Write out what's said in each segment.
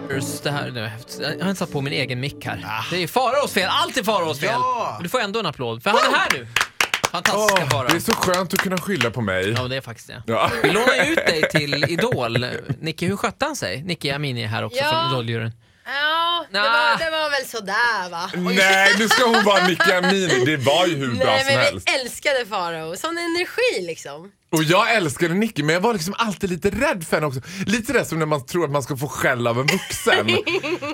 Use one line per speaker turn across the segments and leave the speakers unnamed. Walkers, det här, det var häftigt. jag har inte satt på min egen mick här.
Ah.
Det är ju Faraos fel, allt är Faraos fel!
Ja!
Och du får ändå en applåd, för han är här nu! Fantastiska
Åh,
Farao.
Det är så skönt att kunna skylla på mig.
Ja, det är faktiskt det.
Ja.
Vi lånar ju ut dig till Idol. Nicky, hur skötte han sig? Nicky Amini är här också
Ja.
från Idoljuryn.
Ja, det
Nah.
var, det var väl sådär va?
Nej, nu ska hon vara Nicky Amini. Det var ju hur bra
Nej
som
men
helst.
vi älskade Farao, sån energi liksom.
Och jag älskade Nicky, men jag var liksom alltid lite rädd för henne också. Lite det som när man tror att man ska få skäll av en vuxen.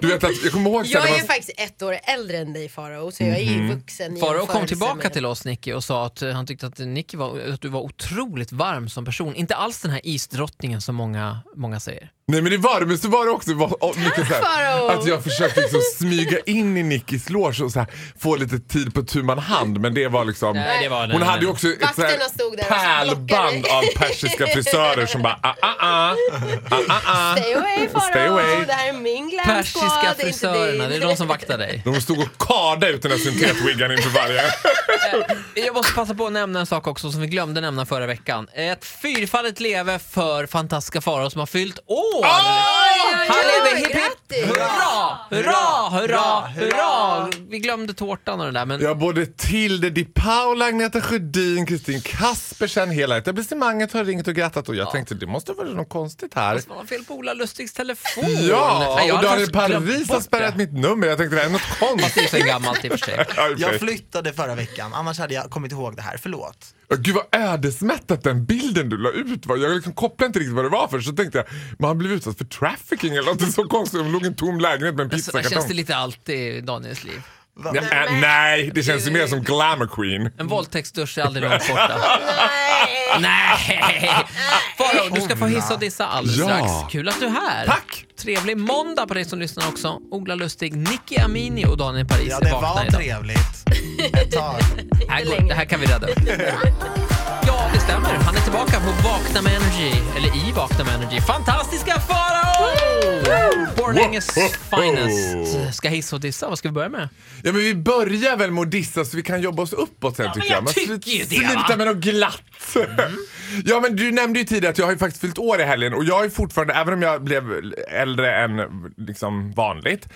Du vet att, jag kommer ihåg sen
Jag
när man...
är
Mhm.
ju faktiskt ett år äldre än dig Farao, så jag är ju vuxen i
Farao kom
jämförelse
tillbaka
med-
till oss Nicky och sa att eh, han tyckte att, Nicky var, att du var otroligt varm som person. Inte alls den här isdrottningen som många, många säger.
Nej men det var det, men så var det också var, och, mycket så här,
Faro!
att jag försökte liksom smyga in i Nickis loge och så här, få lite tid på tu man hand. Men det var liksom...
Nej, det var- nej,
hon
nej,
hade ju
nej.
också ett så här
Vakterna stod där och så
pärlband
blockade.
av persiska frisörer som bara ah, ah, ah, ah, ah, ah.
Stay away Farao,
Stay away.
det här är min glam squad,
Persiska
inte
frisörerna,
din.
det är de som vaktar dig.
De stod och kardade ut den här syntetwiggan inför varje.
Jag måste passa på att nämna en sak också som vi glömde nämna förra veckan. Ett fyrfaldigt leve för fantastiska Farao som har fyllt år!
Oj, oj,
Han lever
oj,
hipp hipp!
grattis!
Hurra! Hurra! Hurra! Hurra! Vi glömde tårtan och det där men
Jag både Tilde Di Paula, Agneta Sjödin, Kristin Kaspersen, hela etablissemanget har ringt och grattat och jag tänkte det måste vara något konstigt här.
man har fel på Ola Lustigs telefon.
Ja,
Alltså, Nej, jag
och
hade
Daniel
faktiskt glömt
Paris har
bort
spärrat
det.
mitt nummer. Jag tänkte det här är något
Fast det är ju
konstigt.
så gammalt i och för sig.
Ja, i och för sig.
Jag flyttade förra veckan, annars hade jag kommit ihåg det här. Förlåt.
Gud vad ödesmättat den bilden du la ut var. Jag liksom kopplade inte riktigt vad det var för. Så tänkte jag, man har blivit utsatt för trafficking eller något så konstigt. De låg i en tom lägenhet med en
Så där
pizzakartong.
Alltså, känns det lite alltid i Daniels liv.
Va?
Nej, äh, nej, det känns ju mer som glamour queen.
En våldtäktsdusch är aldrig långt borta.
Nej.
Nej! Farao, du ska få hissa och dissa alldeles
Ja.
strax. Kul att du är här.
Tack!
Trevlig måndag på dig som lyssnar också. Ola Lustig, Nicky Amini och Daniel Paris
Ja,
är
det
vakna
var
idag.
trevligt. Ett tag.
Här går,
längre.
det här kan vi rädda upp. Ja, det stämmer. Han är tillbaka på Vakna med Energy, eller i Vakna med Energy. Fantastiska Farao! Borlänges
Woho!
finest. Ska hissa och dissa? Vad ska vi börja med?
Ja, men vi börjar väl med att dissa så vi kan jobba oss uppåt sen tycker
jag
jag.
tycker
sl-
ju det, va? Mm.
sluta med något glatt. Ja, men du nämnde ju tidigare att jag har ju faktiskt fyllt år i helgen och jag är fortfarande, även om jag blev äldre än liksom vanligt,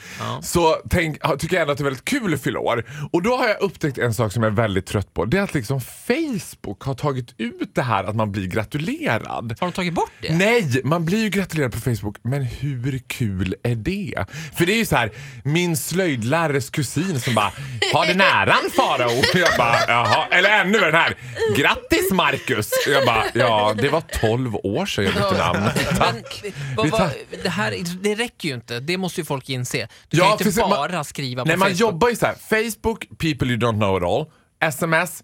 så tänk, ha- tycker jag ändå att det är väldigt kul att fylla år. Och då har jag upptäckt en sak som jag är väldigt trött på. Det är att liksom Facebook har tagit ut det här att man blir gratulerad.
Har de tagit bort det?
Nej, man blir ju gratulerad på Facebook, men hur kul är det? För det är ju så här, min slöjdlärares kusin som bara “Har den äran Farao?” Jag bara “Jaha”, eller ännu värre den här “Grattis Marcus!” Jag bara “Ja, det var 12 år sedan jag bytte namn”.
Men, vad,
Vi
vad,
tar-
det, här, det räcker ju inte, det måste ju folk inse. Du
Ja,
kan ju inte
precis, man-
bara skriva på
Nej, man
Facebook.
jobbar ju så här. Facebook, people you don't know at all. SMS,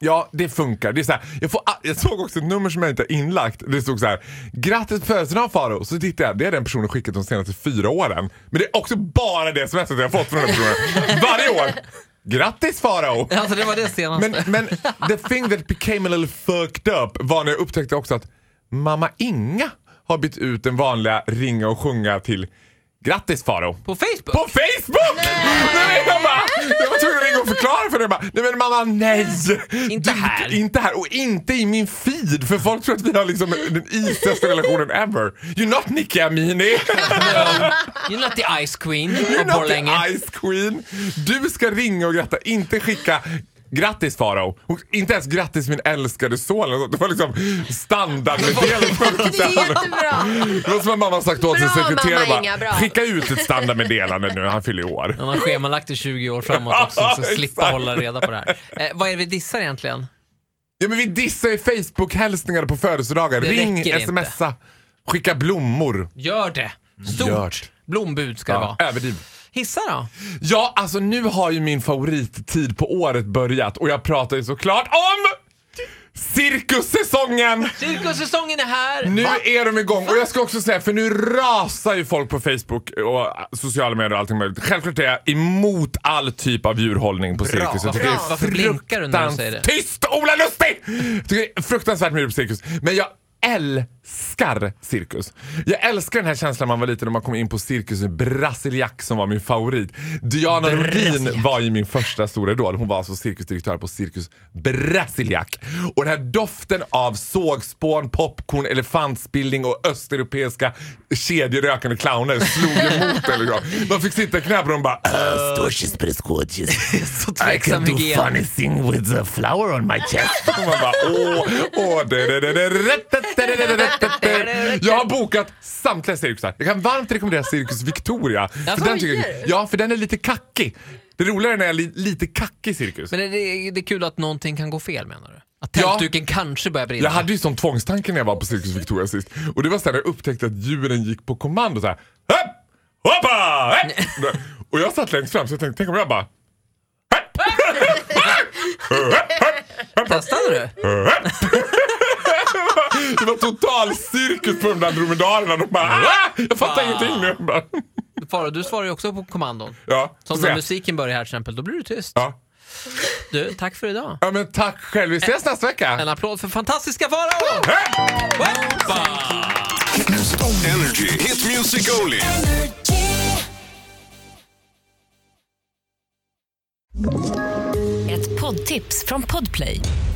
ja det funkar. Det är så här, jag, får, a- jag såg också ett nummer som jag inte har inlagt. Det stod så här. Grattis på födelsedagen Faro. Så tittade jag, det är den personen skickat de senaste fyra åren. Men det är också bara det SMS jag har fått från den personen. Varje år. Grattis Farao!
Alltså det var det senaste.
Men, men the thing that became a little fucked up var när jag upptäckte också att mamma Inga har bytt ut den vanliga ringa och sjunga till Grattis Faro.
på Facebook?
På Facebook! Nej! men jag, bara, jag var tvungen att ringa och förklara för det. Jag bara, nej men mamma, nej!
Inte här.
Inte här och inte i min feed för folk tror att vi har liksom den isigaste relationen ever. You're not Nicky Amini!
You're not the Ice Queen av
You're not
Borlänge.
the Ice Queen! Du ska ringa och gratta, inte skicka Grattis Farao! Och Inte ens grattis min älskade son. eller något. Det var liksom standardmeddelandet.
Det är jättebra.
Det var som att mamma sagt åt sin
Bra,
sekreterare.
mamma
bara,
Inga, bra.
Skicka ut ett standardmeddelande nu, han fyller i år.
Han har schemalagt i 20 år framåt också, så slippa
Exakt.
hålla reda på det här. Eh, vad är det vi dissar egentligen?
Ja men vi dissar ju Facebook-hälsningar på födelsedagar.
Det
Ring,
räcker inte.
smsa, skicka blommor.
Gör det! Stort
Gör det.
blombud ska det
Ja,
vara.
överdriv.
Hissa då?
Ja, alltså nu har ju min favorittid på året börjat och jag pratar ju såklart om cirkussäsongen!
Cirkussäsongen är här!
Nu är de igång och jag ska också säga för nu rasar ju folk på Facebook och sociala medier och allting möjligt. Självklart är jag emot all typ av djurhållning på cirkus. Jag tycker
Bra.
det är
Varför blinkar du när du säger det?
Tyst Ola Lustig! Jag tycker det är fruktansvärt med djur på cirkus. Men jag älskar cirkus. Jag älskar den här känslan man var liten när man kom in på cirkusen Brasiliak som var min favorit. Diana Rodin var ju min första stora idol. Hon var alltså cirkusdirektör på Cirkus Brasiliak. Och den här doften av sågspån, popcorn, elefantspilling och östeuropeiska kedjerökande clowner slog emot en. liksom. Man fick sitta i knä på dem och bara... "Äh, Storches preskotjes.
Så
I can
tveksam
do
hygien.
funny thing with the flower on my chest. Och man bara, åh, åh, da, da, da, da, da, da, da, da, da, da. Jag har bokat samtliga cirkusar. Jag kan varmt rekommendera Cirkus Victoria. För den, tycker jag,
Skojar du?
ja, för den är lite kackig. Det roliga är när jag är li- lite kackig cirkus.
Men är det, det är kul att någonting kan gå fel menar du? Att
Ja.
tältduken kanske börjar brinna?
Jag hade ju sån tvångstanke när jag var på Cirkus Victoria sist. Och det var så här när jag upptäckte att djuren gick på kommando så här. Hopp! Hoppa! Hopp! Och jag satt längst fram så jag tänkte, tänk om jag bara...
Testade du?
Det var total cirkus på de där dromedarerna. De bara, "Ah!" jag fattar ingenting nu. Bara,
Faro, du svarar ju också på kommandon.
ja,
Som
så
när
jag-
musiken börjar här till exempel, då blir du tyst.
ja.
Du, tack för idag.
ja, men tack själv. Vi ses nästa
En
vecka.
applåd för fantastiska Farao!
Hej!
Energy. Hit music only.
Ett poddtips från Podplay.